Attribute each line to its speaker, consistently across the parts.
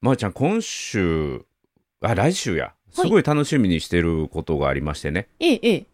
Speaker 1: まー、ちゃん、今週、あ、来週や。すごい楽しみにしてることがありましてね。
Speaker 2: ええ、ええ。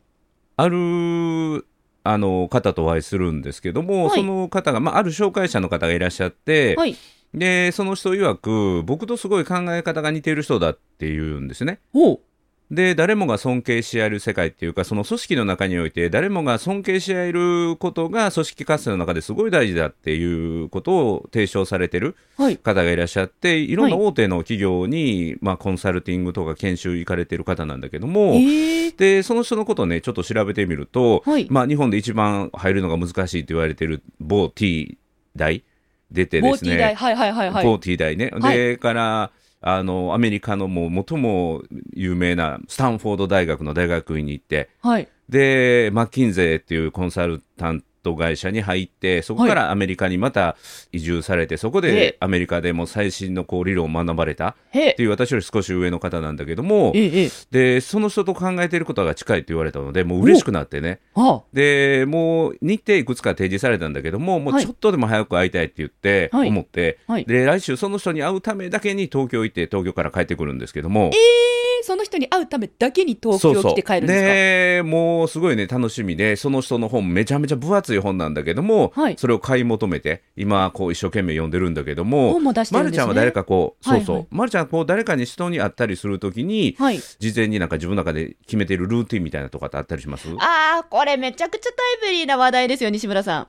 Speaker 1: ある、あの、方とお会いするんですけども、
Speaker 2: はい
Speaker 1: その方が、まあ、ある紹介者の方がいらっしゃって、
Speaker 2: はい。
Speaker 1: で、その人曰く、僕とすごい考え方が似ている人だっていうんですね。
Speaker 2: おう。
Speaker 1: で、誰もが尊敬し合える世界っていうか、その組織の中において、誰もが尊敬し合えることが組織活性の中ですごい大事だっていうことを提唱されてる
Speaker 2: はい。
Speaker 1: 方がいらっしゃって、いろんな
Speaker 2: は
Speaker 1: 大手の企業に、まあ、コンサルティングとか研修行かれてる方なんだけども、
Speaker 2: ええ。
Speaker 1: で、その人のことをね、ちょっと調べてみると、
Speaker 2: はい
Speaker 1: まあ、日本で一番入るのが難しいと言われてる某 T 大出てです
Speaker 2: ティー
Speaker 1: ね、
Speaker 2: 代。はいはいはいはい。
Speaker 1: 某 T 大ね。
Speaker 2: は
Speaker 1: で、から、あの、アメリカのもう最も有名なスタンフォード大学の大学院に行って、
Speaker 2: はい。
Speaker 1: で、マッキンゼーっていうコンサルタント会社に入って、そこからアメリカにまた移住されて、そこ
Speaker 2: え
Speaker 1: で
Speaker 2: え
Speaker 1: アメリカでも最新のこう理論を学ばれたっ
Speaker 2: へえ。
Speaker 1: ていう私より少し上の方なんだけども
Speaker 2: え、え、ええ。
Speaker 1: で、その人と考えていることが近いって言われたので、もう嬉しくなってね。
Speaker 2: は
Speaker 1: で、もう日程いくつか提示されたんだけども、もう
Speaker 2: はい
Speaker 1: ちょっとでも早く会いたいって言って、
Speaker 2: はい
Speaker 1: 思って、
Speaker 2: あ。はい。え
Speaker 1: で、来週その人に会うためだけに東京行って、東京から帰ってくるんですけども。
Speaker 2: え、その人に会うためだけに東京来て帰るんです
Speaker 1: でもうすごいね楽しみでその人の本めちゃめちゃ分厚い本なんだけども、
Speaker 2: はい
Speaker 1: それを買い求めて今こう一生懸命読んでるんだけど
Speaker 2: か
Speaker 1: も
Speaker 2: 本も出して
Speaker 1: ま
Speaker 2: るん
Speaker 1: る
Speaker 2: です
Speaker 1: ちゃ
Speaker 2: ね。
Speaker 1: んは誰かこうそうそう、
Speaker 2: はいはい
Speaker 1: まるちゃんはこう誰かに人に会ったりするときに
Speaker 2: はい。
Speaker 1: 事前になんか自分の中で決めてるルーティンみたいなとかってあったりしますど
Speaker 2: ああ、これめちゃくちゃタイムリーな話題ですよ、西村さん。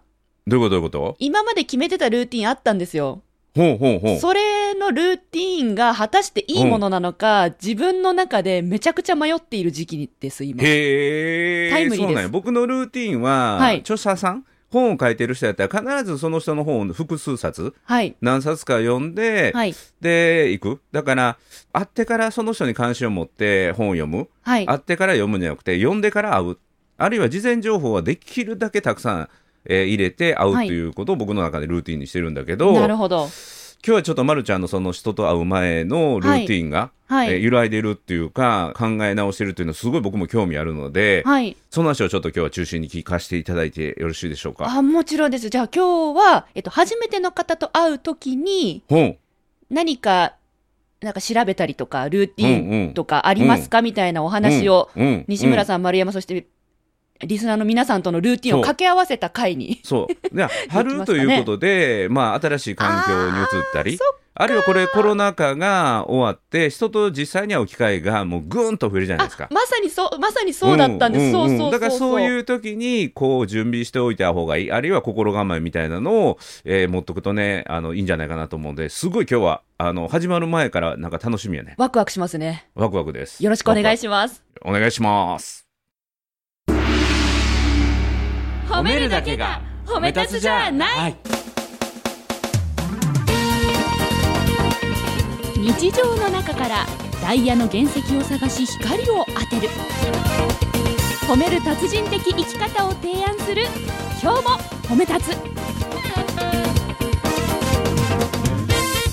Speaker 1: ういうことどういうこと
Speaker 2: 今まで決めてたルーティンあったんですよ。
Speaker 1: ほうほうほう
Speaker 2: それのルーティーンが果たしていいものなのか、自分の中でめちゃくちゃ迷っている時期です、今。
Speaker 1: へえ
Speaker 2: タイムリーです
Speaker 1: そうなんや僕のルーティンは、
Speaker 2: はい
Speaker 1: 著者さん本を書いてる人やったら必ずその人の本を複数冊
Speaker 2: はい。
Speaker 1: 何冊か読んで、
Speaker 2: はい。
Speaker 1: で行くだから会ってからその人に関心を持って本を読む
Speaker 2: はい。
Speaker 1: 会ってから読むんじゃなくて読んでから会うあるいは事前情報はできるだけたくさん、えー入れて会うと
Speaker 2: はい
Speaker 1: いうことを僕の中でルーティンにしてるんだけど,、
Speaker 2: なる
Speaker 1: 今
Speaker 2: ほど。
Speaker 1: 日はちょっとまるちゃんのその人と会う前のルーティンが、
Speaker 2: は
Speaker 1: えー
Speaker 2: い。
Speaker 1: 揺らいでるっていうか考え直してるっていうのはすごい僕も興味あるので、
Speaker 2: はい。
Speaker 1: その話をちょっと今日は中心に聞かせていただいてよろしいでしょうか。
Speaker 2: あ、もちろんです。じゃあ今日は、えっと、初めての方と会うときに、
Speaker 1: 本
Speaker 2: 何か、なんか調べたりとか、ルーティ
Speaker 1: うんう
Speaker 2: ン
Speaker 1: ん
Speaker 2: とかありますか、みたいなお話を、
Speaker 1: うんうん
Speaker 2: 西村さん、丸山、そして、リスナーの皆さんとのルーティ
Speaker 1: そ
Speaker 2: ンを
Speaker 1: う
Speaker 2: 掛け合わせた回 に。
Speaker 1: そう。で、
Speaker 2: でき
Speaker 1: 春
Speaker 2: ますかね
Speaker 1: ということで、まあ、新しい環境に移ったり、あるいはこれコロナ禍が終わって、人と実際に会う機会がもうぐんと増えるじゃないですか
Speaker 2: あ。まさにそう、まさにそうだったんです。
Speaker 1: ん
Speaker 2: そうんそ
Speaker 1: ん
Speaker 2: うそうそう。
Speaker 1: だからそういう時に、こう、準備しておいた方がいい。あるいは心構えみたいなのを、えー持っとくとね、あの、いいんじゃないかなと思うんで、すごい今日は、あの、始まる前からなんか楽しみやね。
Speaker 2: ワクワクしますね。
Speaker 1: ワクワクです。
Speaker 2: よろしくお願い
Speaker 1: し
Speaker 2: します。
Speaker 1: ます。お願いします。
Speaker 2: 褒
Speaker 1: めるだけが
Speaker 2: 褒め立つじゃない
Speaker 1: い。
Speaker 2: 日常の中からダイヤの原石を探し光を当てる褒める達人的生き方を提案する今日も褒め立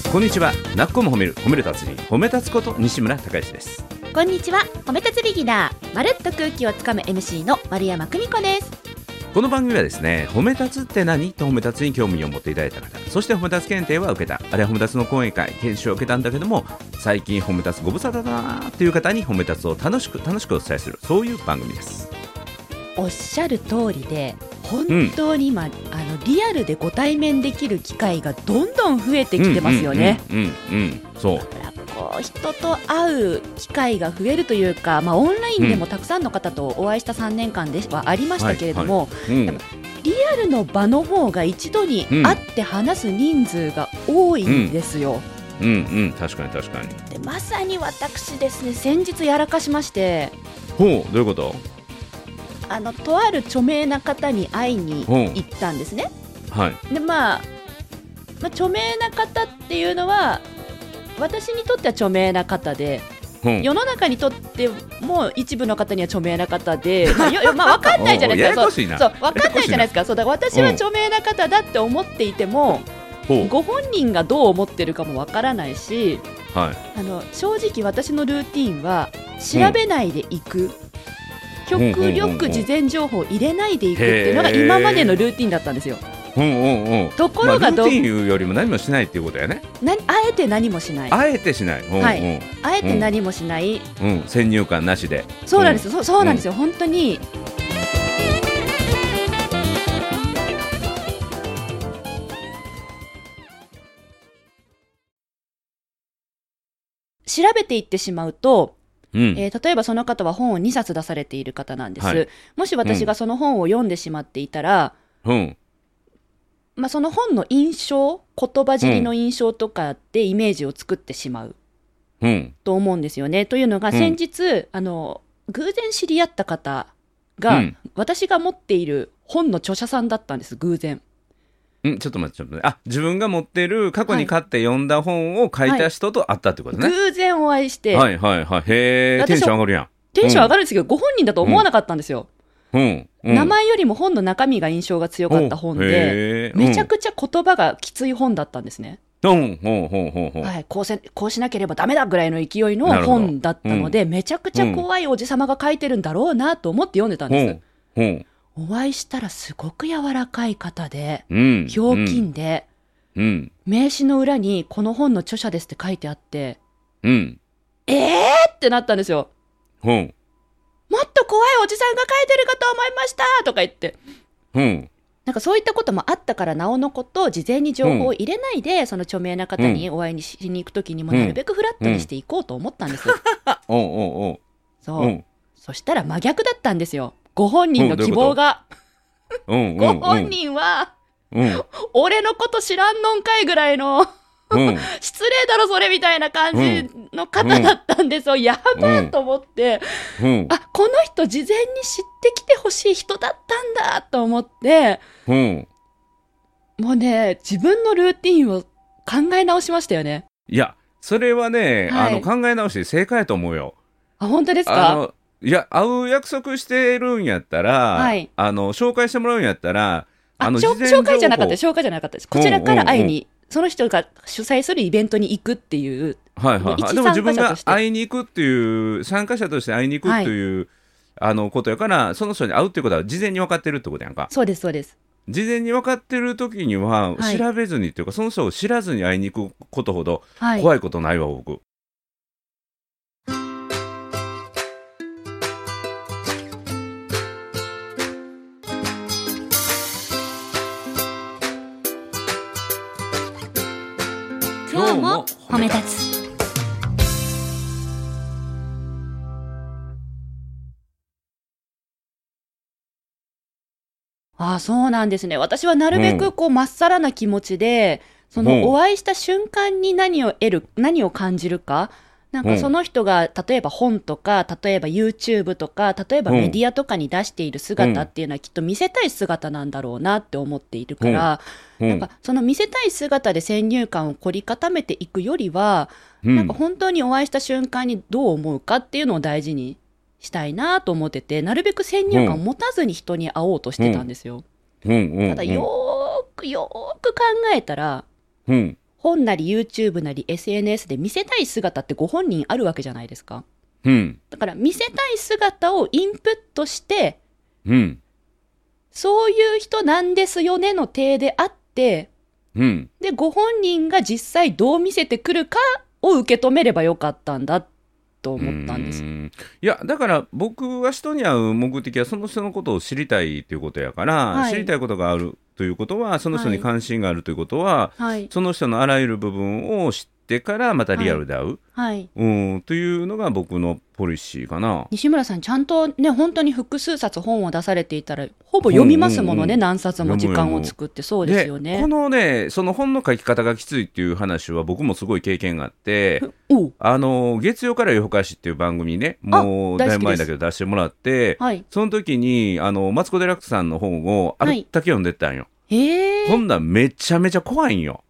Speaker 2: つ
Speaker 1: こんにちは。なっこも褒める、褒める達人、褒め立つこと西村孝之です。
Speaker 2: こんにちは褒め立つビギナーまるっと空気をつかむ MC の丸山久美子です
Speaker 1: この番組はですね褒め立つって何と褒め立つに興味を持っていただいた方そして褒め立つ検定は受けたあれは褒め立つの講演会研修を受けたんだけども最近褒め立つご無沙汰だなという方に褒め立つを楽しく楽しくお伝えするそういう番組です
Speaker 2: おっしゃる通りで本当に今、あのリアルでご対面できる機会がどんどん増えてきてますよね、
Speaker 1: うんうんうんうんうんそう
Speaker 2: だからこう人と会う機会が増えるというか、まあ、オンラインでもたくさんの方とお会いした3年間ではありましたけれども、
Speaker 1: うん
Speaker 2: リアルの場の方が一度に会って話す人数が多いんですよ。
Speaker 1: うんうん確かに確かに
Speaker 2: でまさに私ですね先日やらかしまして
Speaker 1: ほうどういうこと
Speaker 2: あのとある著名な方に会いに行ったんですね。
Speaker 1: はい
Speaker 2: でまあまあ、著名な方っていうのは私にとっては著名な方で
Speaker 1: ほう
Speaker 2: 世の中にとっても一部の方には著名な 方で、まあ、よよまあ、分かんないじゃないですか
Speaker 1: おうややこしいな
Speaker 2: そうそう分かんないじゃないですかそうだから私は著名な方だって思っていても、
Speaker 1: ほ
Speaker 2: ご本人がどう思ってるかも分からないし
Speaker 1: うはい
Speaker 2: あの正直私のルーティンは調べないでいく、極
Speaker 1: うんうんうんうん
Speaker 2: 力事前情報を入れないでいくっていうのが今までのルーティンだったんですよ。
Speaker 1: うんうんうん
Speaker 2: ところ
Speaker 1: ま
Speaker 2: がど
Speaker 1: あ、ルーティンいうよりも何もしないっていうことやね
Speaker 2: なあえて何もしないあ
Speaker 1: あえてしない、うんうん
Speaker 2: はいえて何もしない、
Speaker 1: うん、先入観なしで
Speaker 2: そうなんですよ、そうそうなんですよ、本当に調べていってしまうと、
Speaker 1: うん
Speaker 2: えー例えばその方は本を2冊出されている方なんです、
Speaker 1: はい
Speaker 2: もし私がその本を読んでしまっていたら、
Speaker 1: うん
Speaker 2: まあ、その本の印象言葉尻の印象とかでイメージを作ってしまう
Speaker 1: うん
Speaker 2: と思うんですよね。というのが
Speaker 1: うん
Speaker 2: 先日、あの偶然知り合った方が、
Speaker 1: うん
Speaker 2: 私が持っている本の著者さんだったんです偶然。
Speaker 1: うん、ちょっと待って、ちょっと待って。あ、自分が持ってる過去に買って読んだ本を書いた人と会ったってことね。
Speaker 2: 偶然お会いして、
Speaker 1: はいはいはい。へえ、
Speaker 2: 私
Speaker 1: テ
Speaker 2: は
Speaker 1: ンション上がるやん。
Speaker 2: テンション上がるんですけど、ご本人だと思わなかったんですよ、
Speaker 1: うん。うん
Speaker 2: 名前よりも本の中身が印象が強かった本で、、めちゃ
Speaker 1: ち
Speaker 2: くちゃ言葉がきつい本だったんですね。
Speaker 1: ゃ。うん、ほうほうほうほう。
Speaker 2: はい、こうせこうしなければダメだぐらいの勢いの
Speaker 1: なるほど
Speaker 2: 本だったので、めちゃくちゃ怖いおじ様が書いてるんだろうなと思って読んでたん
Speaker 1: ほ
Speaker 2: で
Speaker 1: う、
Speaker 2: す。
Speaker 1: ほう。
Speaker 2: お会いしたらすごく柔らかい方で、
Speaker 1: うん。
Speaker 2: ひょうきんで、
Speaker 1: うん。
Speaker 2: 名刺の裏にこの本の著者ですって書いてあって、
Speaker 1: うん。うん。
Speaker 2: えーってなったんですよ。
Speaker 1: ほう。
Speaker 2: もっと怖いおじさんが書いてるかと思いましたとか言って。
Speaker 1: ほう。
Speaker 2: なんかそういったこともあったから、なおのこと、事前に情報を入れないで、その著名な方にお会いにしに行くときにも、
Speaker 1: うん
Speaker 2: なるべくフラットにしていこうと思ったんです。
Speaker 1: おうおうお。
Speaker 2: そうう
Speaker 1: う。ん。
Speaker 2: そしたら真逆だったんですよ。ご本人の希望が。
Speaker 1: うん。
Speaker 2: ご本人は、
Speaker 1: うん。
Speaker 2: 俺のこと知らんのんかいぐらいの、
Speaker 1: うん。
Speaker 2: 失礼だろそれみたいな感じの方だったんですよ。やばーと思って、
Speaker 1: うん。
Speaker 2: あ、この人事前に知ってきてほしい人だったんだと思って、
Speaker 1: うん。
Speaker 2: もうね、自分のルーティンを考え直しましたよね。
Speaker 1: いや、それはね、あ
Speaker 2: は
Speaker 1: の、
Speaker 2: い
Speaker 1: 考え直して正解やと思うよ。
Speaker 2: あ、本当です
Speaker 1: あ
Speaker 2: か
Speaker 1: のいや会う約束してるんやったら、
Speaker 2: はい
Speaker 1: あの紹介してもらうんやったら
Speaker 2: あ
Speaker 1: の
Speaker 2: しょ
Speaker 1: 事前情報
Speaker 2: 紹介じゃなかったです。紹介じゃなかったです。こちらから会いに、その人が主催するイベントに行くっていう、
Speaker 1: はいはい
Speaker 2: 一
Speaker 1: はい、でも自分
Speaker 2: 参加者
Speaker 1: が
Speaker 2: として
Speaker 1: 会いに行くっていう参加者として会いに行くっていう、あのことやからその人に会うってことは事前に分かってるってことやんか
Speaker 2: そうです、そうです。
Speaker 1: 事前に分かってる時には
Speaker 2: はい
Speaker 1: 調べずにっていうか、その人を知らずに会いに行くことほど
Speaker 2: はい。
Speaker 1: 怖いことないわ僕、
Speaker 3: 今日も褒め立つ
Speaker 2: ああそうなんですね。私はなるべくこう、まっさらな気持ちで、そ
Speaker 1: うん
Speaker 2: のお会いした瞬間に何を得る、何を感じるか、なん
Speaker 1: うん
Speaker 2: かその人が、例えば本とか、例えば YouTube とか、例えば
Speaker 1: うん
Speaker 2: メディアとかに出している姿っていうのはきっと見せたい姿なんだろうなって思っているから、
Speaker 1: うん
Speaker 2: なんかその見せたい姿で先入観を凝り固めていくよりは、
Speaker 1: うん
Speaker 2: なんか本当にお会いした瞬間にどう思うかっていうのを大事にしたいなと思ってて、なるべく先入観を持たずに人に会おうとしてたんですよ。
Speaker 1: うんうん
Speaker 2: ただよーくよーく考えたら、
Speaker 1: うん
Speaker 2: 本なり YouTube なり SNS で見せたい姿ってご本人あるわけじゃないですか。
Speaker 1: うん
Speaker 2: だから見せたい姿をインプットして、
Speaker 1: うん
Speaker 2: そういう人なんですよねの体であって、
Speaker 1: うん
Speaker 2: で、ご本人が実際どう見せてくるかを受け止めればよかったんだと思ったんです
Speaker 1: う。ーんいやだから僕が人に会う目的はその人のことを知りたいということやから、
Speaker 2: はい
Speaker 1: 知りたいことがあるということはその人に関心があるということは、
Speaker 2: はい。
Speaker 1: その人のあらゆる部分を知ってからまたリアルで会う、
Speaker 2: はい。
Speaker 1: うんというのが僕のポリシーかな。
Speaker 2: 西村さん、ちゃんとね、本当に複数冊本を出されていたら、ほぼ読みますも
Speaker 1: う
Speaker 2: のね、
Speaker 1: んうんうん
Speaker 2: 何冊も時間を作って、そうですよね
Speaker 1: こ。のねその本の書き方がきついっていう話は僕もすごい経験があって。
Speaker 2: おう
Speaker 1: あの月曜から夜更かしっていう番組ねもう
Speaker 2: あ大好きです
Speaker 1: だいぶ前だけど出してもらって、
Speaker 2: はい。
Speaker 1: その時にあのマツコ・デラックスさんの本をあ
Speaker 2: は
Speaker 1: れ
Speaker 2: い
Speaker 1: だけ読んでったんよ、
Speaker 2: へえ。
Speaker 1: ほんならめちゃめちゃ怖いんよ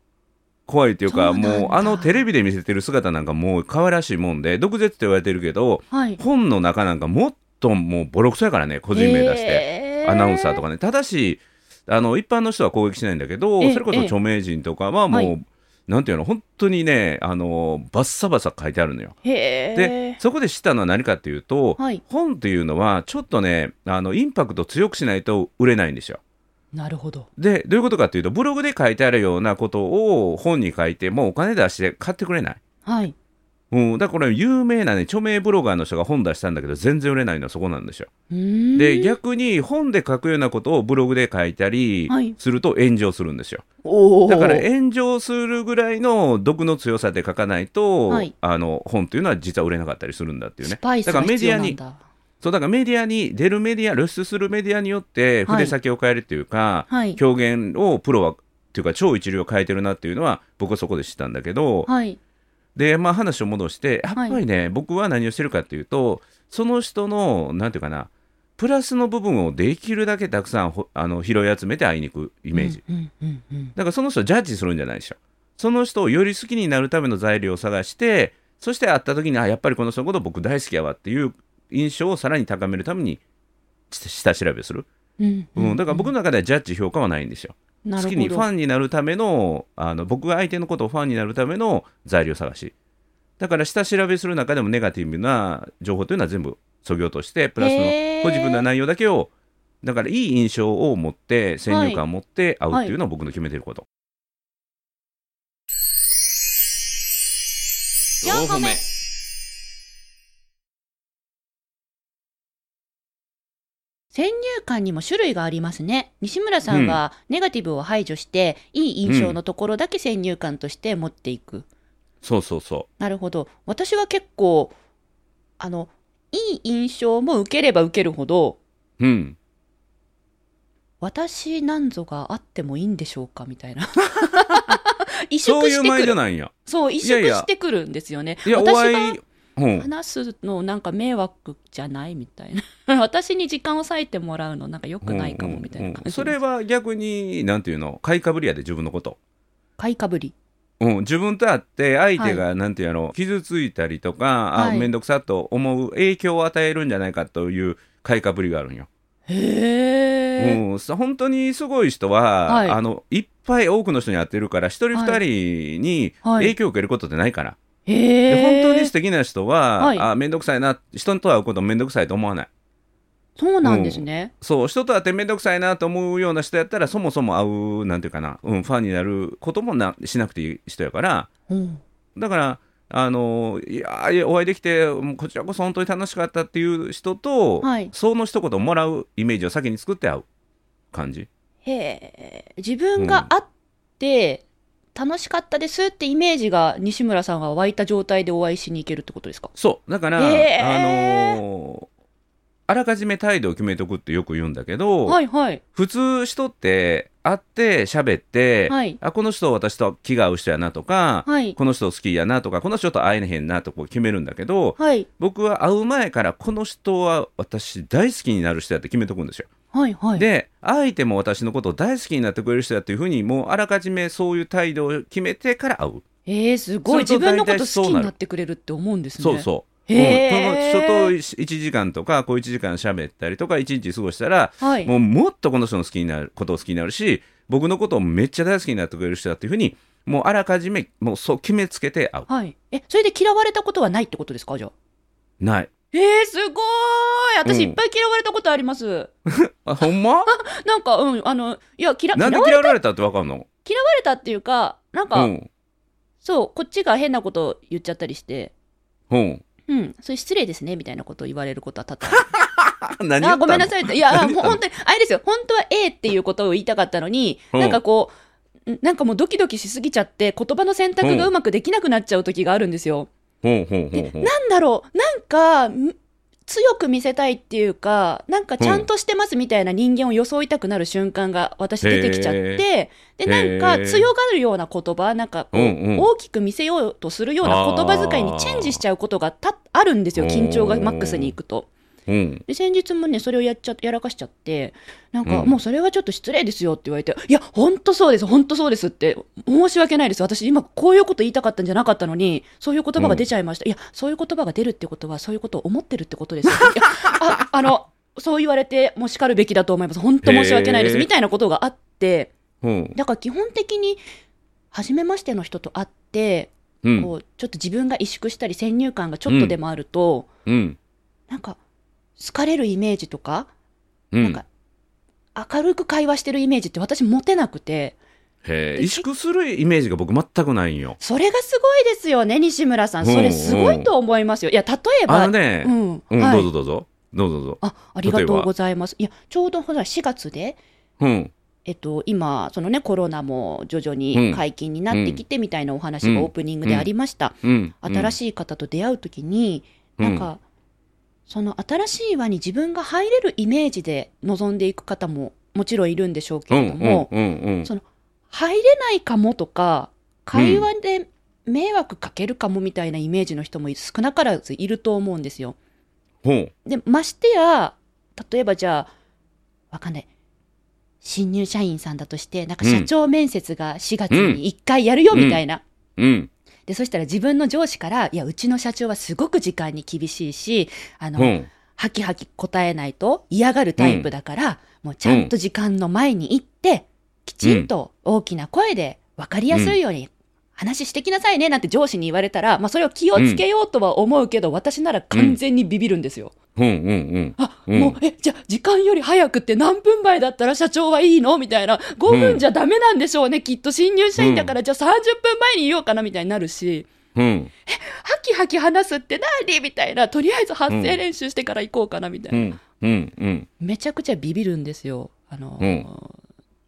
Speaker 1: 怖いっていうか
Speaker 2: そうなんだ
Speaker 1: もうあのテレビで見せてる姿なんかもう可愛らしいもんで毒舌って言われてるけど
Speaker 2: はい。
Speaker 1: 本の中なんかもっともうボロクソやからね個人名出して、
Speaker 2: て
Speaker 1: アナウンサーと
Speaker 2: か。
Speaker 1: かねただしあの一般の人は攻撃しないんだけど、
Speaker 2: ええ
Speaker 1: それこそ著名人とかはもう、
Speaker 2: ええは
Speaker 1: なんていうの本当にねあのバッサバサ書いてあるのよ
Speaker 2: へ
Speaker 1: で
Speaker 2: え。
Speaker 1: そこで知ったのは何かっていうと、
Speaker 2: はい
Speaker 1: 本っていうのはちょっとねあのインパクト強くしないと売れないんですよ。
Speaker 2: なるほど。
Speaker 1: でどういうことかというとブログで書いてあるようなことを本に書いてもうお金出して買ってくれない、
Speaker 2: はい。
Speaker 1: うん、だからこれ有名なね著名ブロガーの人が本出したんだけど全然売れないのはそこなんですよ
Speaker 2: うーん
Speaker 1: で逆に本で書くようなことをブログで書いたり
Speaker 2: はい
Speaker 1: すると炎上するんですよ、
Speaker 2: おー
Speaker 1: だから炎上するぐらいの毒の強さで書かないと、
Speaker 2: はい
Speaker 1: あの本というのは実は売れなかったりするんだっていう
Speaker 2: ス
Speaker 1: ね
Speaker 2: パイス
Speaker 1: だか
Speaker 2: が
Speaker 1: らメデ
Speaker 2: 必
Speaker 1: ィ
Speaker 2: 要
Speaker 1: ア
Speaker 2: なん
Speaker 1: に
Speaker 2: だ。
Speaker 1: そうだからメディアに出るメディア露出するメディアによって
Speaker 2: はい
Speaker 1: 筆先を変えるっていうか、
Speaker 2: はい。
Speaker 1: 表現をプロはっていうか超一流を変えてるなっていうのは僕はそこで知ったんだけど、
Speaker 2: はい。
Speaker 1: でまあ話を戻してやっ
Speaker 2: はい
Speaker 1: ぱりね、僕は何をしてるかっていうとその人のなんていうかなプラスの部分をできるだけたくさんほあの拾い集めて会いに行くイメージ、
Speaker 2: うんうんうんうん。
Speaker 1: だからその人をジャッジするんじゃないでしょその人をより好きになるための材料を探してそして会った時にあやっぱりこの人のこと僕大好きやわっていう印象をさらに高めるためにち下調べをする、
Speaker 2: うん
Speaker 1: うんだから僕の中ではジャッジ評価はないんですよ
Speaker 2: な
Speaker 1: 好
Speaker 2: るほど
Speaker 1: きにファンになるためのあの僕が相手のことをファンになるための材料探しだから下調べする中でもネガティブな情報というのは全部そぎ落としてプラスの
Speaker 2: へー
Speaker 1: ポジティブな内容だけをだからいい印象を持って先入観を持って会うっていうのは僕の決めてること、
Speaker 3: 四個目
Speaker 2: 先入観にも種類がありますね。西村さんはネガティブを排除して、いい印象のところだけ先入観として持っていく。
Speaker 1: そうそうそ
Speaker 2: なるほど。私は結構、あの、いい印象も受ければ受けるほど、
Speaker 1: ううん
Speaker 2: 私なんぞがあってもいいんでしょうかみ たいな。移植
Speaker 1: そういう
Speaker 2: して
Speaker 1: マイ
Speaker 2: く
Speaker 1: ンド
Speaker 2: る。
Speaker 1: なんや
Speaker 2: そう、移植してくるんですよね。
Speaker 1: いやお
Speaker 2: 私が
Speaker 1: 会いうん
Speaker 2: 話すのなんか迷惑じゃないみたいな私に時間を割いてもらうのなんか良くないかもみたいな
Speaker 1: うんうん
Speaker 2: 感
Speaker 1: うん
Speaker 2: じ
Speaker 1: それは逆になんていうの買いかぶりやで自分のこと
Speaker 2: 買いかぶり
Speaker 1: うん、自分と会って相手がなんていうやろ、傷ついたりとかあ
Speaker 2: はい
Speaker 1: 面倒、くさと思う影響を与えるんじゃないかという買いかぶりがあるんよ。
Speaker 2: へえ、
Speaker 1: うん、さ本当にすごい人は、
Speaker 2: はい
Speaker 1: あのいっぱい多くの人に会ってるから一人
Speaker 2: は
Speaker 1: 二人に
Speaker 2: はい
Speaker 1: 影響を受けることってないから、
Speaker 2: へえ
Speaker 1: で本当に素敵な人は、
Speaker 2: はい
Speaker 1: あ面倒くさいな人と会うこと面倒くさいと思わない
Speaker 2: そうなんですね、
Speaker 1: そう人と会って面倒くさいなと思うような人やったらそもそも会うなんていうかな、うん、ファンになることもなしなくていい人やから、
Speaker 2: うん
Speaker 1: だから、あのいやーお会いできて、もうこちらこそ本当に楽しかったっていう人と、
Speaker 2: はい
Speaker 1: その一言をもらうイメージを先に作って会う感じ。
Speaker 2: へえ自分が会って楽しかったですってイメージが西村さんが湧いた状態でお会いしに行けるってことですか
Speaker 1: そうだから、
Speaker 2: へ
Speaker 1: あ
Speaker 2: ー
Speaker 1: のーあらかじめ態度を決めとくってよく言うんだけど、
Speaker 2: はいはい
Speaker 1: 普通人って会って喋って、
Speaker 2: はい
Speaker 1: あこの人私と気が合う人やなとか、
Speaker 2: はい
Speaker 1: この人好きやなとかこの人と会えへんなとこう決めるんだけど、
Speaker 2: はい
Speaker 1: 僕は会う前からこの人は私大好きになる人やって決めとくんですよ。
Speaker 2: はいはい
Speaker 1: で相手も私のことを大好きになってくれる人だというふうにもうあらかじめそういう態度を決めてから会う、
Speaker 2: えー、すごい
Speaker 1: する
Speaker 2: 自
Speaker 1: と
Speaker 2: 分のこと
Speaker 1: 大体そう
Speaker 2: 好き
Speaker 1: な
Speaker 2: に
Speaker 1: る
Speaker 2: なってくれるって思うんですね
Speaker 1: そうそう、うん
Speaker 2: へー
Speaker 1: その人と1時間とかこう1時間喋ったりとか1日過ごしたら
Speaker 2: うはい
Speaker 1: もうもっとこの人の好きになることを好きになるし僕のことをめっちゃ大好きになってくれる人だというふうにもうあらかじめもうそう決めつけて会う
Speaker 2: はいえそれで嫌われたことはないってことですかじゃあ
Speaker 1: ない
Speaker 2: えー、すごーい
Speaker 1: う
Speaker 2: 私
Speaker 1: ん
Speaker 2: いっぱい嫌われたことあります、
Speaker 1: あほんま
Speaker 2: なんかうんあのいや嫌
Speaker 1: な
Speaker 2: 嫌
Speaker 1: んで
Speaker 2: われ
Speaker 1: 嫌われたってわかんの
Speaker 2: たっていうかなん
Speaker 1: う
Speaker 2: か、
Speaker 1: ん
Speaker 2: そうこっちが変なこと言っちゃったりして
Speaker 1: うん
Speaker 2: うんそれ失礼ですねみたいなことを言われることは多々
Speaker 1: あ 何言ったの
Speaker 2: あごめんなさいっていや
Speaker 1: 何
Speaker 2: あ
Speaker 1: 言っ
Speaker 2: もう
Speaker 1: たの
Speaker 2: 本当にあれですよ本当は A っていうことを言いたかったのに、
Speaker 1: うん
Speaker 2: なんかこうんなんかもうドキドキしすぎちゃって言葉の選択がうまくできなくなっちゃう時があるんですよ、
Speaker 1: ほうほうほう
Speaker 2: で
Speaker 1: ほう
Speaker 2: なんだろうなんかん強く見せたいっていうかなんかちゃんとしてますみたいな人間を装いたくなる瞬間が私出てきちゃってでなん
Speaker 1: へ
Speaker 2: か
Speaker 1: ー
Speaker 2: 強がるような言葉なんかこう
Speaker 1: うんうん
Speaker 2: 大きく見せようとするような言葉遣いにチェンジしちゃうことがたあるんですよ
Speaker 1: あー
Speaker 2: 緊張がマックスに行くと。
Speaker 1: うん
Speaker 2: で先日もねそれをやっちゃやらかしちゃってなんか、
Speaker 1: うん
Speaker 2: もうそれはちょっと失礼ですよって言われて「いやほんとそうですほんとそうです」って申し訳ないです私今こういうこと言いたかったんじゃなかったのにそういう言葉が出ちゃいました、いやそういう言葉が出るってことはそういうことを思ってるってことですよいやああのそう言われてもしかるべきだと思います本当申し訳ないです
Speaker 1: へー
Speaker 2: みたいなことがあって
Speaker 1: うん
Speaker 2: だから基本的に初めましての人と会って、
Speaker 1: うん
Speaker 2: こうちょっと自分が萎縮したり先入観がちょっとでもあると、
Speaker 1: うん
Speaker 2: なんか好かれるイメージとか
Speaker 1: うん
Speaker 2: なんか明るく会話してるイメージって私持てなくて、
Speaker 1: へえ萎縮するイメージが僕全くないんよ
Speaker 2: それがすごいですよね、西村さん。それすごいと思いますよ。いや、例えば、
Speaker 1: あのね
Speaker 2: うん、
Speaker 1: うん、
Speaker 2: はい
Speaker 1: どうぞどうぞどうぞどうぞ
Speaker 2: あ、ありがとうございます。いや、ちょうどほら、4月で、
Speaker 1: うん
Speaker 2: えっと、今、そのね、コロナも徐々
Speaker 1: うん
Speaker 2: に解禁になってきてみたいなお話が
Speaker 1: うん
Speaker 2: オープニングでありました。
Speaker 1: うん
Speaker 2: 新しい方と出会うときに、
Speaker 1: うん
Speaker 2: なんか、その新しい輪に自分が入れるイメージで臨んでいく方ももちろんいるんでしょうけ
Speaker 1: うん
Speaker 2: れども、
Speaker 1: うんうんうん
Speaker 2: そ入れないかもとか、会話で迷惑かけるかもみたいなイメージの人も少なからずいると思うんですよ。
Speaker 1: ほう
Speaker 2: で、ましてや、例えばじゃあ、わかんない。新入社員さんだとして、なんか社長面接が4月に1回やるよみたいな。
Speaker 1: うん
Speaker 2: で、そしたら自分の上司から、いや、うちの社長はすごく時間に厳しいし、あの、
Speaker 1: ほう
Speaker 2: はきはき答えないと嫌がるタイプだから、もうちゃんと時間の前に行って、きちんと大きな声で分かりやすいように話してきなさいねなんて上司に言われたら、まあそれを気をつけようとは思うけど、私なら完全にビビるんですよ。
Speaker 1: ほううんうん
Speaker 2: あ、
Speaker 1: うん
Speaker 2: もう、え、じゃあ時間より早くって何分前だったら社長はいいのみたいな。5
Speaker 1: うん
Speaker 2: 分じゃダメなんでしょうね。きっと新入社員だから、じゃあ30分前に言おうかなみたいになるし、
Speaker 1: うん
Speaker 2: はきはき話すって何みたいな。とりあえず発声練習してから行こうかなみたいな
Speaker 1: う。んうんうん
Speaker 2: めちゃくちゃビビるんですよ。あの、
Speaker 1: うん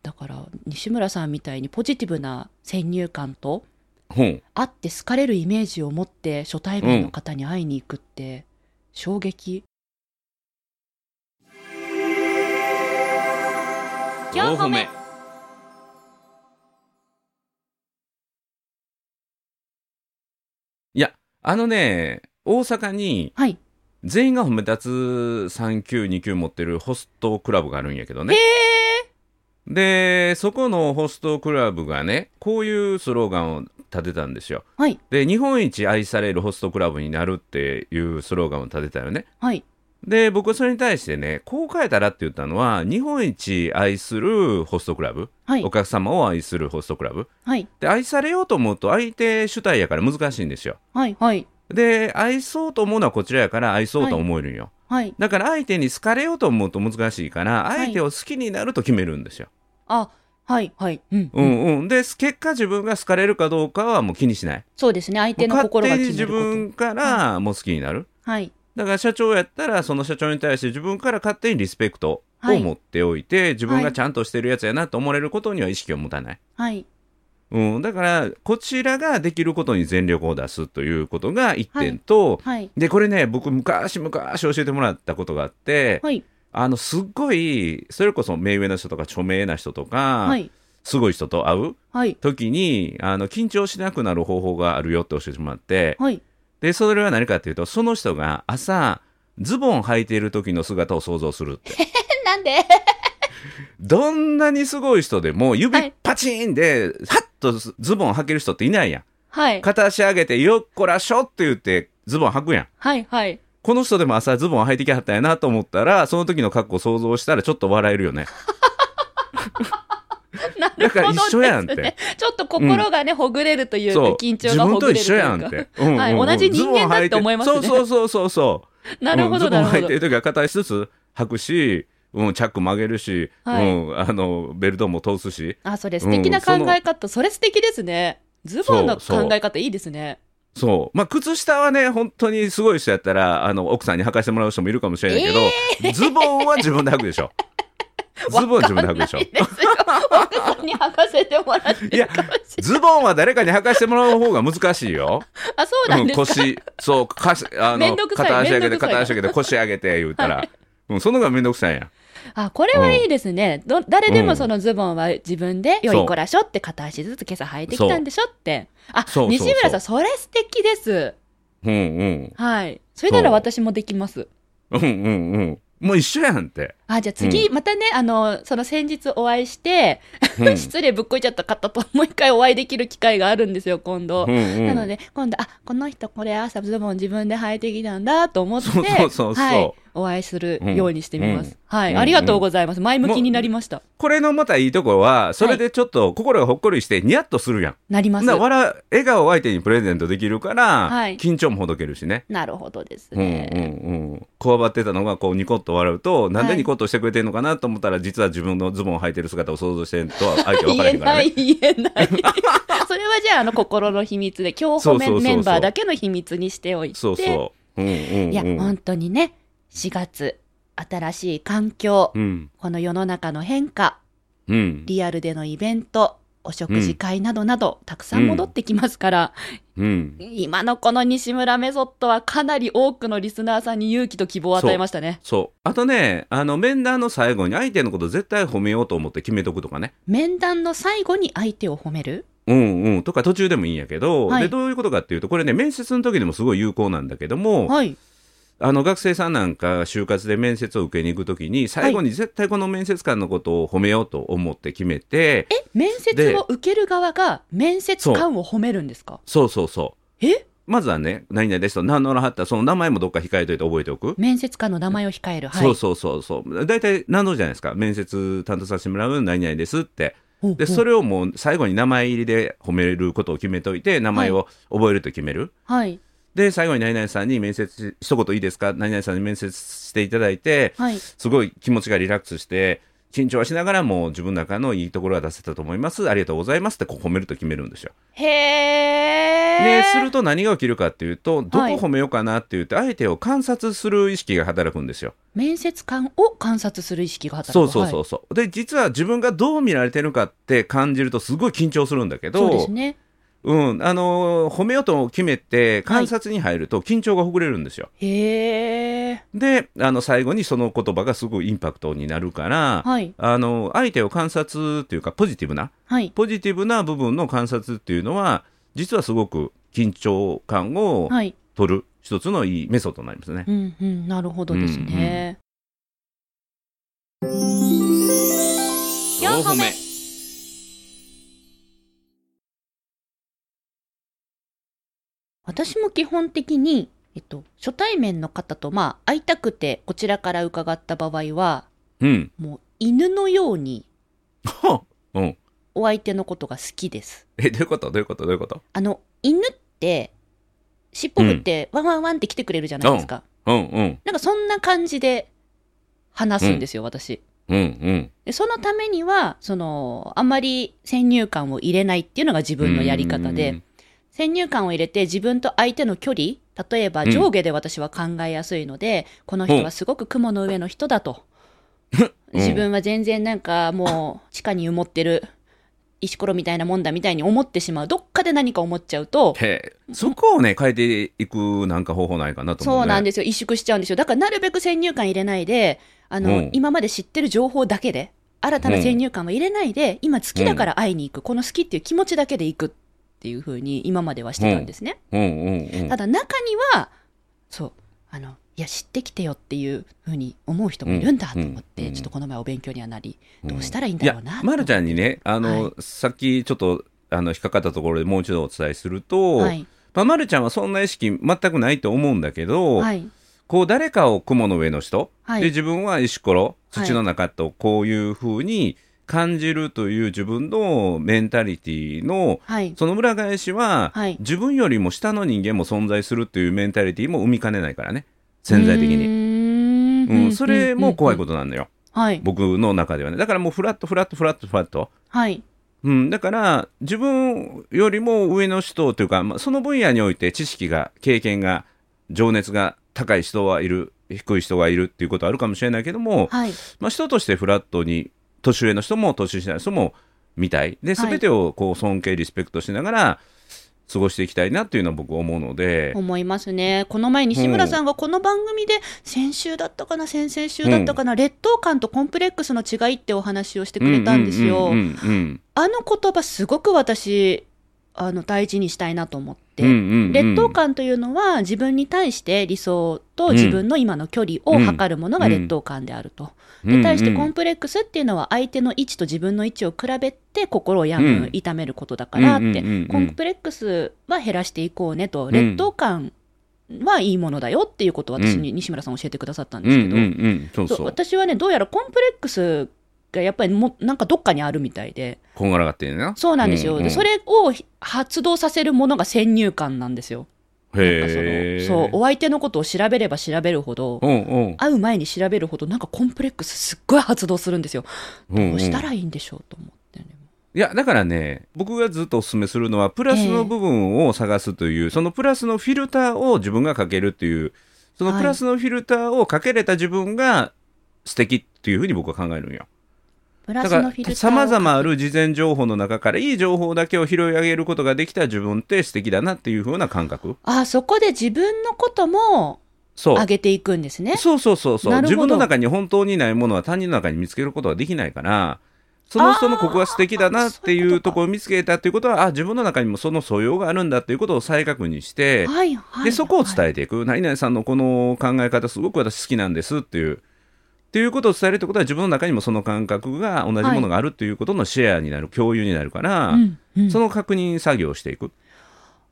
Speaker 2: だから西村さんみたいにポジティブな先入観と
Speaker 1: ほう
Speaker 2: 会って好かれるイメージを持って初対面の方に会いに行くって衝撃、
Speaker 3: 4歩目
Speaker 1: いやあのね大阪に
Speaker 2: はい
Speaker 1: 全員が褒め立つ3級2級持ってるホストクラブがあるんやけどね
Speaker 2: へ
Speaker 1: でそこのホストクラブがねこういうスローガンを立てたんですよ
Speaker 2: はい
Speaker 1: で日本一愛されるホストクラブになるっていうスローガンを立てたよね
Speaker 2: はい
Speaker 1: で僕はそれに対してねこう変えたらって言ったのは日本一愛するホストクラブ
Speaker 2: はい
Speaker 1: お客様を愛するホストクラブ
Speaker 2: はい
Speaker 1: で愛されようと思うと相手主体やから難しいんですよ
Speaker 2: はいはい
Speaker 1: で愛そうと思うのはこちらやから愛そうと思えるんよ、
Speaker 2: はい
Speaker 1: だから相手に好かれようと思うと難しいから
Speaker 2: い
Speaker 1: 相手を好きになると決めるんですよ、
Speaker 2: あはいはいうん、
Speaker 1: うんうんで結果自分が好かれるかどうかはもう気にしない
Speaker 2: そうですね相手の
Speaker 1: もう勝
Speaker 2: 心が
Speaker 1: 手
Speaker 2: 気
Speaker 1: に
Speaker 2: にな
Speaker 1: 自
Speaker 2: ること
Speaker 1: 分からもう好きになる、
Speaker 2: はい
Speaker 1: だから社長やったらその社長に対して自分から勝手にリスペクトを
Speaker 2: はい
Speaker 1: 持っておいて、自分
Speaker 2: は
Speaker 1: が
Speaker 2: い
Speaker 1: ちゃんとしてるやつやなと思われることには意識を持たない、
Speaker 2: はい
Speaker 1: うん、だからこちらができることに全力を出すということが1点と、
Speaker 2: はい
Speaker 1: でこれね僕昔昔教えてもらったことがあって、
Speaker 2: はい
Speaker 1: あのすっごいそれこそ目上の人とか著名な人とか、
Speaker 2: はい
Speaker 1: すごい人と会う
Speaker 2: はい
Speaker 1: 時にあの緊張しなくなる方法があるよって教えてもらって、
Speaker 2: はい
Speaker 1: でそれは何かっていうとその人が朝ズボン履いている時の姿を想像するって
Speaker 2: えなんで
Speaker 1: どんなにすごい人でも
Speaker 2: は
Speaker 1: 指
Speaker 2: い
Speaker 1: パチンで、ハッとズボン履ける人っていないやん
Speaker 2: はい
Speaker 1: 片足上げてよっこらしょって言ってズボン履くやん
Speaker 2: はいはい
Speaker 1: この人でも朝ズボン履いてきはったんやなと思ったらその時の格好想像したらちょっと笑えるよね
Speaker 2: なる
Speaker 1: だから
Speaker 2: ほど
Speaker 1: 一緒やんって
Speaker 2: ですねちょっと心がね、ほぐれるというか、
Speaker 1: そう
Speaker 2: 緊張がほぐれるというか。
Speaker 1: 自分と一緒やんって、うんうんうん
Speaker 2: はい同じ人間だって思いますね
Speaker 1: ズボン履いてそうそうそうそうそう
Speaker 2: なるほ
Speaker 1: うん
Speaker 2: ど、
Speaker 1: ズボ
Speaker 2: な
Speaker 1: ン
Speaker 2: るほ
Speaker 1: 履い
Speaker 2: ど
Speaker 1: て。る時は片足ずつ履くし、うん、チャック曲げるし、
Speaker 2: はい
Speaker 1: うん、あのベルトも通すし
Speaker 2: あ、それ素敵な考え方、それ素敵ですね。ズボンの
Speaker 1: そうそう
Speaker 2: 考え方いいですね。
Speaker 1: そう、まあ、靴下はね本当にすごい人やったらあの奥さんに履かしてもらう人もいるかもしれないけど、ズボンは自分で履く でしょズボンは自分で履くでしょ
Speaker 2: わかんないですよ。奥さんに履かせてもらって
Speaker 1: いや
Speaker 2: るかもしれない。
Speaker 1: ズボンは誰かに履かしてもらう方が難しいよ。
Speaker 2: あ、そうなん
Speaker 1: ん、
Speaker 2: ですか。
Speaker 1: 腰、そう、かしあ
Speaker 2: め
Speaker 1: の
Speaker 2: んどくさい
Speaker 1: 片足上げ
Speaker 2: め
Speaker 1: て、
Speaker 2: んどくさい
Speaker 1: 片足上げて、腰上げて言うたら、うん、その方がめんどくさいやん。
Speaker 2: あ、これはいいですね。ど誰でもそのズボンは自分で、よいこらしょって片足ずつ今朝履いてきたんでしょって。あ、
Speaker 1: そうそうそう
Speaker 2: 西村さん、それ素敵です。
Speaker 1: うんうん。
Speaker 2: はい。それなら私もできます。
Speaker 1: うんうんうん。もう一緒やんって。
Speaker 2: あ、じゃあ次、またね、あの、その先日お会いして、
Speaker 1: うん
Speaker 2: 失礼ぶっこいちゃった方ともう一回お会いできる機会があるんですよ、今度。
Speaker 1: うんうん
Speaker 2: なので、今度、あ、この人これ朝ズボン自分で履いてきたんだと思って、
Speaker 1: そうそうそうそう
Speaker 2: はい、お会いするようにしてみます。
Speaker 1: うん
Speaker 2: はい、
Speaker 1: うん
Speaker 2: ありがとうございます。前向きになりました。
Speaker 1: これのまたいいとこは、それでちょっと心がほっこりして、ニヤッとするやん。
Speaker 2: なります
Speaker 1: な。笑う笑顔を相手にプレゼントできるから、
Speaker 2: はい
Speaker 1: 緊張もほどけるしね。
Speaker 2: なるほどです
Speaker 1: うんう
Speaker 2: ね。
Speaker 1: んうん。こわばってたのが、こう、ニコッと笑うと、なんでニコッうとしてくれてるのかなと思ったら、実は自分のズボンを履いてる姿を想像してるとは、相手は分か
Speaker 2: 言
Speaker 1: らへ
Speaker 2: え
Speaker 1: んから
Speaker 2: な
Speaker 1: ね
Speaker 2: い。言えない それはじゃああの心の秘密で今日
Speaker 1: そうそうそ
Speaker 2: 褒
Speaker 1: うそう
Speaker 2: めメンバーだけの秘密にしておいて
Speaker 1: そうそう。うんうんうん。
Speaker 2: いや本当にね4月新しい環境、
Speaker 1: うん。
Speaker 2: この世の中の変化
Speaker 1: うん。
Speaker 2: リアルでのイベントお食事会などなど、たくさん戻ってきますから、
Speaker 1: うん。
Speaker 2: 今のこの西村メソッドはかなり多くのリスナーさんに勇気と希望を与えましたね
Speaker 1: そう。あとね、あの、面談の最後に相手のこと絶対褒めようと思って決めとくとかね。
Speaker 2: 面談の最後に相手を褒める
Speaker 1: うんうん。とか途中でもいいんやけど、
Speaker 2: はい
Speaker 1: で、どういうことかっていうと、これね、面接の時でもすごい有効なんだけども、
Speaker 2: はい
Speaker 1: あの、学生さんなんか就活で面接を受けに行く時に、最後に絶対この面接官のことを褒めようと思って決めて、
Speaker 2: え面接を受ける側が面接官を褒めるんですか
Speaker 1: そうそうそう。
Speaker 2: え
Speaker 1: まずはね、何々ですと、何のらはった、その名前もどっか控えといて覚えておく。
Speaker 2: 面接官の名前を控えるはい
Speaker 1: そうそうそうそう。大体何のじゃないですか。面接担当させてもらう何々ですって。
Speaker 2: ほう
Speaker 1: で、
Speaker 2: ほう
Speaker 1: それをもう最後に名前入りで褒めることを決めといて、名前を覚えると決める。
Speaker 2: はい
Speaker 1: で、最後に何々さんに面接し、一言いいですか何々さんに面接していただいて、
Speaker 2: はい
Speaker 1: すごい気持ちがリラックスして、緊張はしながらも自分の中のいいところは出せたと思います。ありがとうございますってこう褒めると決めるんですよ。
Speaker 2: へえ
Speaker 1: ですると何が起きるかっていうと、どこ
Speaker 2: はい
Speaker 1: 褒めようかなって言って、相手を観察する意識が働くんですよ。
Speaker 2: 面接官を観察する意識が働く
Speaker 1: そうそうそ
Speaker 2: はいう
Speaker 1: そう、で実は自分がどう見られてるかって感じるとすごい緊張するんだけ
Speaker 2: そうで
Speaker 1: ど
Speaker 2: すね
Speaker 1: うんあのー褒めようと決めて観察に入ると緊張がほぐれるんですよ。
Speaker 2: へえ
Speaker 1: であの最後にその言葉がすごいインパクトになるから、
Speaker 2: はい
Speaker 1: あの相手を観察っていうかポジティブな
Speaker 2: はい
Speaker 1: ポジティブな部分の観察っていうのは実はすごく緊張感を
Speaker 2: はい
Speaker 1: 取る一つのいいメソッドになりますね。
Speaker 2: うんうんなるほどですね、
Speaker 3: 4歩目
Speaker 2: 私も基本的にえっと初対面の方とまあ会いたくてこちらから伺った場合は
Speaker 1: うん、
Speaker 2: もう犬のように
Speaker 1: はあうん、
Speaker 2: お相手のことが好きです
Speaker 1: えどういうことどういうことどういうこと
Speaker 2: あの犬って尻尾振ってワンワンワンって来てくれるじゃないですか、
Speaker 1: うんうん
Speaker 2: なんかそんな感じで話すんですよ、私
Speaker 1: うんうん
Speaker 2: でそのためにはそのあんまり先入観を入れないっていうのが自分のやり方で、先入観を入れて自分と相手の距離例えば
Speaker 1: うん
Speaker 2: 上下で私は考えやすいので、この人はすごく雲の上の人だと、
Speaker 1: うん
Speaker 2: 自分は全然なんかもう地下に埋もってる石ころみたいなもんだみたいに思ってしまうどっかで何か思っちゃうと
Speaker 1: へえそこをね変えていくなんか方法ないかなと思う、ね、
Speaker 2: そうなん
Speaker 1: で
Speaker 2: ですよ萎縮しちゃうんですよだからなるべく先入観入れないであの、
Speaker 1: うん
Speaker 2: 今まで知ってる情報だけで新たな先入観は入れないで、今好きだから会いに行くこの好きっていう気持ちだけで行くっていうふうに今まではしてたんですね、
Speaker 1: うんうんうん
Speaker 2: ただ中にはそうあのいや知ってきてよっていうふうに思う人もいるんだと思って、
Speaker 1: うんうん
Speaker 2: ちょっとこの前お勉強にはなり、
Speaker 1: うん
Speaker 2: どうしたらいいん
Speaker 1: い
Speaker 2: だろ
Speaker 1: や
Speaker 2: うなと
Speaker 1: まるちゃんにねあの、
Speaker 2: は
Speaker 1: さっきちょっとあの引っかかったところでもう一度お伝えすると、
Speaker 2: はい
Speaker 1: まあ、まるちゃんはそんな意識全くないと思うんだけど、
Speaker 2: はい
Speaker 1: こう誰かを雲の上の人、
Speaker 2: はい
Speaker 1: で自分は石ころ土の中とこういうふうに感じるという自分のメンタリティの
Speaker 2: はい
Speaker 1: その裏返しは、
Speaker 2: はい
Speaker 1: 自分よりも下の人間も存在するというメンタリティも生みかねないからね潜在的に、
Speaker 2: に
Speaker 1: うん、それも怖いこととなんだよ
Speaker 2: はい
Speaker 1: 僕の中ではねだからもうフラットフラットフラットフラット
Speaker 2: はい
Speaker 1: うん、だから自分よりも上の人というか、まあ、その分野において知識が経験が情熱が高い人はいる低い人がいるっていうことはあるかもしれないけども、
Speaker 2: はい
Speaker 1: まあ、人としてフラットに年上の人も年下の人も見たいで
Speaker 2: はい
Speaker 1: 全てをこう尊敬リスペクトしながら過ごしていきたいなっていうのは僕は思うので、
Speaker 2: 思いますねこの前西村さんがこの番組で先週だったかな先々週だったかな、劣等感とコンプレックスの違いってお話をしてくれたんです
Speaker 1: う
Speaker 2: よ、
Speaker 1: んうんうん
Speaker 2: あの言葉すごく私あの大事にしたいなと思って、
Speaker 1: うんうんうん
Speaker 2: 劣等感というのは自分に対して理想と自分の今の距離を測るものが劣等感であると。で対してコンプレックスっていうのは相手の位置と自分の位置を比べて心を病む、
Speaker 1: うん
Speaker 2: 痛めることだからっ
Speaker 1: うんうん
Speaker 2: て
Speaker 1: うんうん
Speaker 2: コンプレックスは減らしていこうねと
Speaker 1: ん
Speaker 2: 劣等感はいいものだよっていうことを私に西村さん教えてくださったんですけど、
Speaker 1: うんうんうん、そう
Speaker 2: そ
Speaker 1: そうう
Speaker 2: 私はねどうやらコンプレックスがやっぱりもなんかどっかにあるみたいで
Speaker 1: こんがらがってるな
Speaker 2: そうなんですよ、
Speaker 1: うんうん
Speaker 2: でそれを発動させるものが先入観なんですよ。なんかその
Speaker 1: へ
Speaker 2: そうお相手のことを調べれば調べるほど
Speaker 1: うんうん
Speaker 2: 会う前に調べるほどなんかコンプレックスすっごい発動するんですよ
Speaker 1: うんうん
Speaker 2: どうしたらいいんでしょうと思って、ね
Speaker 1: いやだからね僕がずっとお勧めするのはプラスの部分を探すという、そのプラスのフィルターを自分がかけるというその
Speaker 2: はい
Speaker 1: プラスのフィルターをかけれた自分が素敵っていうふうに僕は考えるんよ
Speaker 2: プ
Speaker 1: だ
Speaker 2: ラス
Speaker 1: か
Speaker 2: のフィルター
Speaker 1: ら
Speaker 2: を
Speaker 1: さまざまある事前情報の中からいい情報だけを拾い上げることができた自分って素敵だなっていうふうな感覚
Speaker 2: あそこで自分のことも
Speaker 1: そう
Speaker 2: 上げていくんですね
Speaker 1: そうそうそうそう
Speaker 2: なるほ
Speaker 1: 自
Speaker 2: ど
Speaker 1: 分の中に本当にないものは他人の中に見つけることはできないからその人のここは素敵だなって
Speaker 2: あーそうい
Speaker 1: いうう
Speaker 2: ことか
Speaker 1: ところを見つけたっていうことはあ自分の中にもその素養があるんだっていうことを再確認して、
Speaker 2: はいはい
Speaker 1: でそこを伝
Speaker 2: え
Speaker 1: えていく、何々さんのこの考え方すごく私好きなんですっていう。っていうことを伝えるってことは自分の中にもその感覚が同じものがあるっていうことのシェアになる、共有になるから、
Speaker 2: うんうん
Speaker 1: その確認作業をしていく。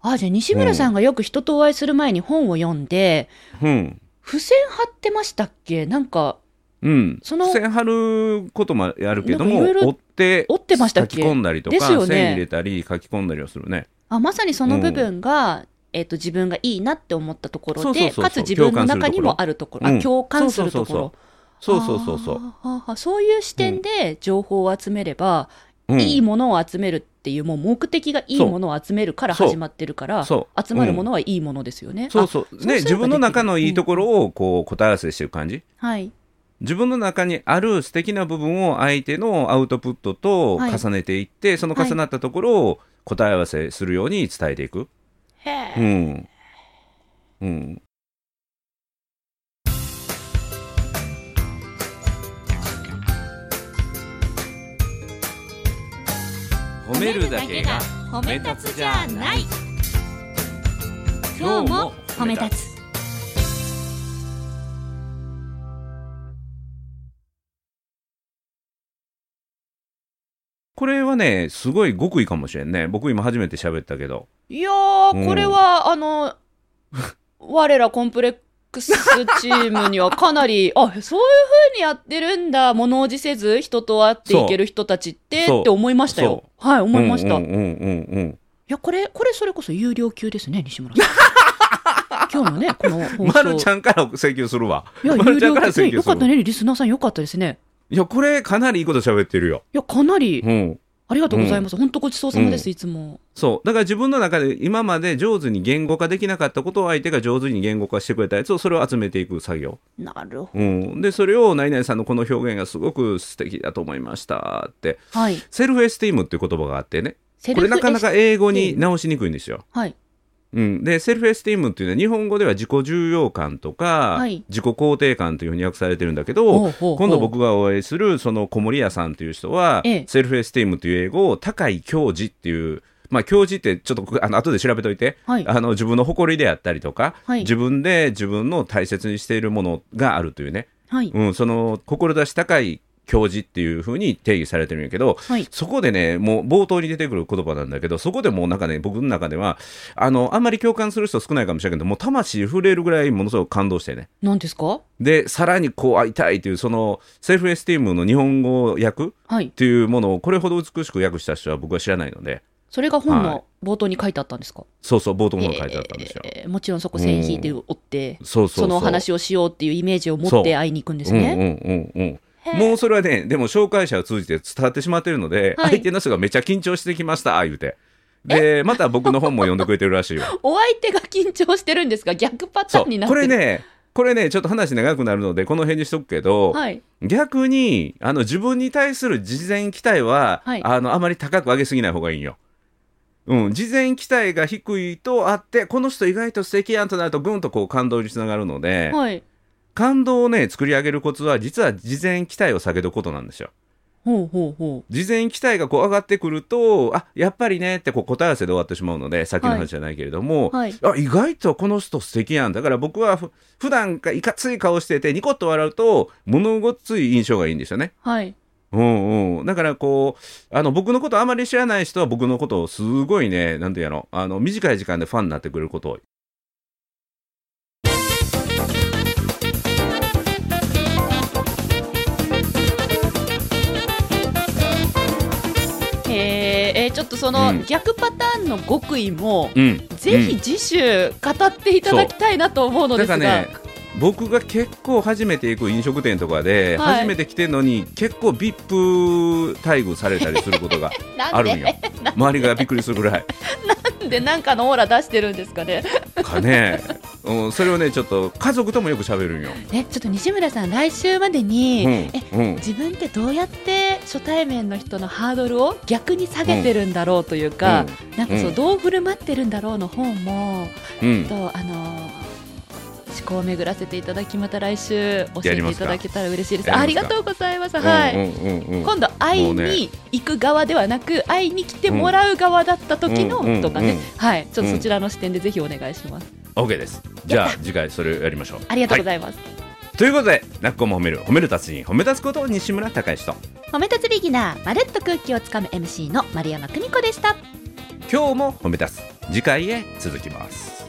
Speaker 2: あじゃあ西村さんがよく人とお会いする前に本を読んで、
Speaker 1: うん
Speaker 2: 付箋貼ってましたっけなんか
Speaker 1: うん、
Speaker 2: その
Speaker 1: 付箋貼ることもあるけども
Speaker 2: なんかいろいろ
Speaker 1: 折って
Speaker 2: 折ってましたっけ
Speaker 1: 書き込んだりとか、
Speaker 2: ですよね
Speaker 1: 線入れたり書き込んだりをするね
Speaker 2: あまさにその部分が、えっと自分がいいなって思ったとこ
Speaker 1: そ
Speaker 2: ろ
Speaker 1: うそうそ
Speaker 2: で
Speaker 1: うそう
Speaker 2: かつ自分の中にも
Speaker 1: 共感するところ
Speaker 2: あるところあ
Speaker 1: うん
Speaker 2: 共感するところ
Speaker 1: そうそうそうそう、
Speaker 2: あーはーはーそういう視点で情報を集めれば、
Speaker 1: うん、
Speaker 2: いいものを集めるっていうもう目的がいいものを集めるから
Speaker 1: そう
Speaker 2: 始まってるから
Speaker 1: そ
Speaker 2: 集
Speaker 1: う
Speaker 2: まるものはいいものですよね。
Speaker 1: そうそう
Speaker 2: そうすれば
Speaker 1: ね
Speaker 2: できる
Speaker 1: 自分の中のいいところをこう答え合わせしていく感じ、
Speaker 2: あはい
Speaker 1: 自分の中にある素敵な部分を相手のアウトプットと
Speaker 2: はい
Speaker 1: 重ねていって、その重なったところを答え合わせするように伝えていく、
Speaker 2: へー
Speaker 1: うんうん、褒
Speaker 3: 褒
Speaker 1: め立つじゃない今日も褒め立
Speaker 3: つ
Speaker 1: これはねすごい極意かもしれんね僕今初めて喋ったけど
Speaker 2: いやーこれは、あの 我らコンプレックスチームにはかなりあそういう風にやってるんだ物おじせず人と会っていける人たちって
Speaker 1: そう
Speaker 2: って思いましたよ。はい思いました。
Speaker 1: うんうんうんうんうん
Speaker 2: いやこれこれそれこそ有料級ですね西村さ ん。今日のねこの放送。
Speaker 1: まるちゃんから請求するわ。
Speaker 2: いや、
Speaker 1: ま
Speaker 2: 有
Speaker 1: るちゃん
Speaker 2: 料
Speaker 1: から
Speaker 2: 級ね
Speaker 1: 請求
Speaker 2: よ
Speaker 1: す
Speaker 2: かっ
Speaker 1: る
Speaker 2: た
Speaker 1: わ。
Speaker 2: ね、リスナーさんよかったですね。
Speaker 1: いや、これかなりいいこと喋ってるよ。
Speaker 2: いや、かなり、
Speaker 1: うん。
Speaker 2: ありがとうございます。本当ごちそうさまです、
Speaker 1: う
Speaker 2: いつも。
Speaker 1: そう。だから自分の中で今まで上手に言語化できなかったことを相手が上手に言語化してくれたやつをそれを集めていく作業。
Speaker 2: なるほ
Speaker 1: うん。で、それを何々さんのこの表現がすごく素敵だと思いましたって。
Speaker 2: ど。はい。
Speaker 1: セルフエスティームっていう言葉があってね。
Speaker 2: セ
Speaker 1: これなかな
Speaker 2: エ
Speaker 1: か
Speaker 2: ス
Speaker 1: 英語に直しにくいんですよ。
Speaker 2: はい。
Speaker 1: うん、でセルフエスティームっていうのは日本語では自己重要感とか、
Speaker 2: はい
Speaker 1: 自己肯定感というふうに訳されてるんだけど、
Speaker 2: ほうほうほう
Speaker 1: 今度僕がお会いするその小森屋さんという人は、
Speaker 2: ええ
Speaker 1: セルフエスティームという英語を高い教示っていうまあ教示ってちょっとあの後で調べといて、
Speaker 2: はい
Speaker 1: あの自分の誇りであったりとか、
Speaker 2: はい
Speaker 1: 自分で自分の大切にしているものがあるというね、
Speaker 2: はい。
Speaker 1: うん、その志高い教示っていうふうに定義されてるんやけど、
Speaker 2: はい
Speaker 1: そこでねもう冒頭に出てくる言葉なんだけどそこでもうなんかね僕の中ではあのあんまり共感する人少ないかもしれないけどもう魂震えるぐらいものすごく感動してね
Speaker 2: 何ですか
Speaker 1: でさらにこう会いたいというそのセルフエスティームの日本語訳っ
Speaker 2: はい。
Speaker 1: ていうものをこれほど美しく訳した人は僕は知らないので
Speaker 2: それが本
Speaker 1: はい
Speaker 2: の冒頭に書いてあったんですか
Speaker 1: そうそう冒頭の方に書いてあったんですよ。
Speaker 2: えーもちろんそこ線引いて追って、
Speaker 1: そうそう
Speaker 2: そのお話をしようっていうイメージを持って会いに行くんですね。
Speaker 1: うんうんうんうん
Speaker 2: へー
Speaker 1: もうそれはね、でも紹介者を通じて伝わってしまってるので、
Speaker 2: はい
Speaker 1: 相手の人がめちゃ緊張してきました、言うて。で、また僕の本も読んでくれてるら しいわ。
Speaker 2: お相手が緊張してるんですが、逆パタ
Speaker 1: そ
Speaker 2: ーンに
Speaker 1: う。
Speaker 2: なっ
Speaker 1: こ
Speaker 2: て
Speaker 1: れ
Speaker 2: る。
Speaker 1: ね、これね、ちょっと話長くなるので、この辺にしとくけど、
Speaker 2: はい。
Speaker 1: 逆に、あの、自分に対する事前期待は、
Speaker 2: はい
Speaker 1: あの、あまり高く上げすぎない方がいいんよ。うん、事前期待が低いとあって、この人意外と素敵やんとなると、ぐんとこう感動につながるので、
Speaker 2: はい。
Speaker 1: 感動をね、作り上げるコツは、実は事前期待を下げることなんですよ。
Speaker 2: ほうほうほう。
Speaker 1: 事前期待がこう上がってくるとあやっぱりねってこう答え合わせで終わってしまうので先の話じゃないけれども、
Speaker 2: はい。
Speaker 1: あ意外とこの人素敵やんだから僕はふ普段かいかつい顔しててニコッと笑うと物ごっつい印象がいいんですよね。
Speaker 2: はい。
Speaker 1: うんうん、だからこうあの僕のことあまり知らない人は僕のことをすごいねなんていうのあの短い時間でファンになってくれることを
Speaker 2: へーえー、ちょょっとそうの
Speaker 1: ん
Speaker 2: 逆パターンの極意も、
Speaker 1: うん、
Speaker 2: ぜひ次週語っていただきたいなと思うので
Speaker 1: だ
Speaker 2: す
Speaker 1: か
Speaker 2: が、
Speaker 1: らね僕が結構初めて行く飲食店とかで、
Speaker 2: はい
Speaker 1: 初めて来てんのに結構 VIP 待遇されたりすることが
Speaker 2: な
Speaker 1: あ
Speaker 2: ん
Speaker 1: るん
Speaker 2: で
Speaker 1: よ 周りがびっくりするぐらい
Speaker 2: なん でなんかのオーラ出してるんですかね。
Speaker 1: かね、うん、それをねちょっと家族ともよく喋るんよ、
Speaker 2: ねちょっと西村さん来週まで
Speaker 1: う
Speaker 2: に、
Speaker 1: ん
Speaker 2: え
Speaker 1: うん、
Speaker 2: 自分ってどうやって初対面の人のハードルを逆に下げてるんだろうというか、なんかそう、
Speaker 1: うん
Speaker 2: どう振る舞ってるんだろうの方も、
Speaker 1: うんうん
Speaker 2: ちょっとあのー思考を巡らせていただきまた来週教
Speaker 1: や
Speaker 2: え
Speaker 1: り
Speaker 2: て
Speaker 1: ま
Speaker 2: い
Speaker 1: すか
Speaker 2: ただけたら嬉しいです。
Speaker 1: やりますか
Speaker 2: ありがとうございます。はい。
Speaker 1: うんうんうんうん
Speaker 2: 今度会
Speaker 1: も
Speaker 2: いう
Speaker 1: ね
Speaker 2: に行く側ではなく、会いに来てもらう側だった時の、
Speaker 1: うんうん
Speaker 2: とかね、
Speaker 1: うん
Speaker 2: はいちょっとそちらの視点でぜひお願いします、
Speaker 1: OK ですじゃあ次回それをやりましょう
Speaker 2: ありがとうご
Speaker 1: は
Speaker 2: ざいます、
Speaker 1: い、ということでなっこも褒める褒める達人褒め立つこと西村孝之と
Speaker 2: 褒め立つビギナーまるっと空気をつかむ MC の丸山久美子でした
Speaker 1: 今日も褒め立つ次回へ続きます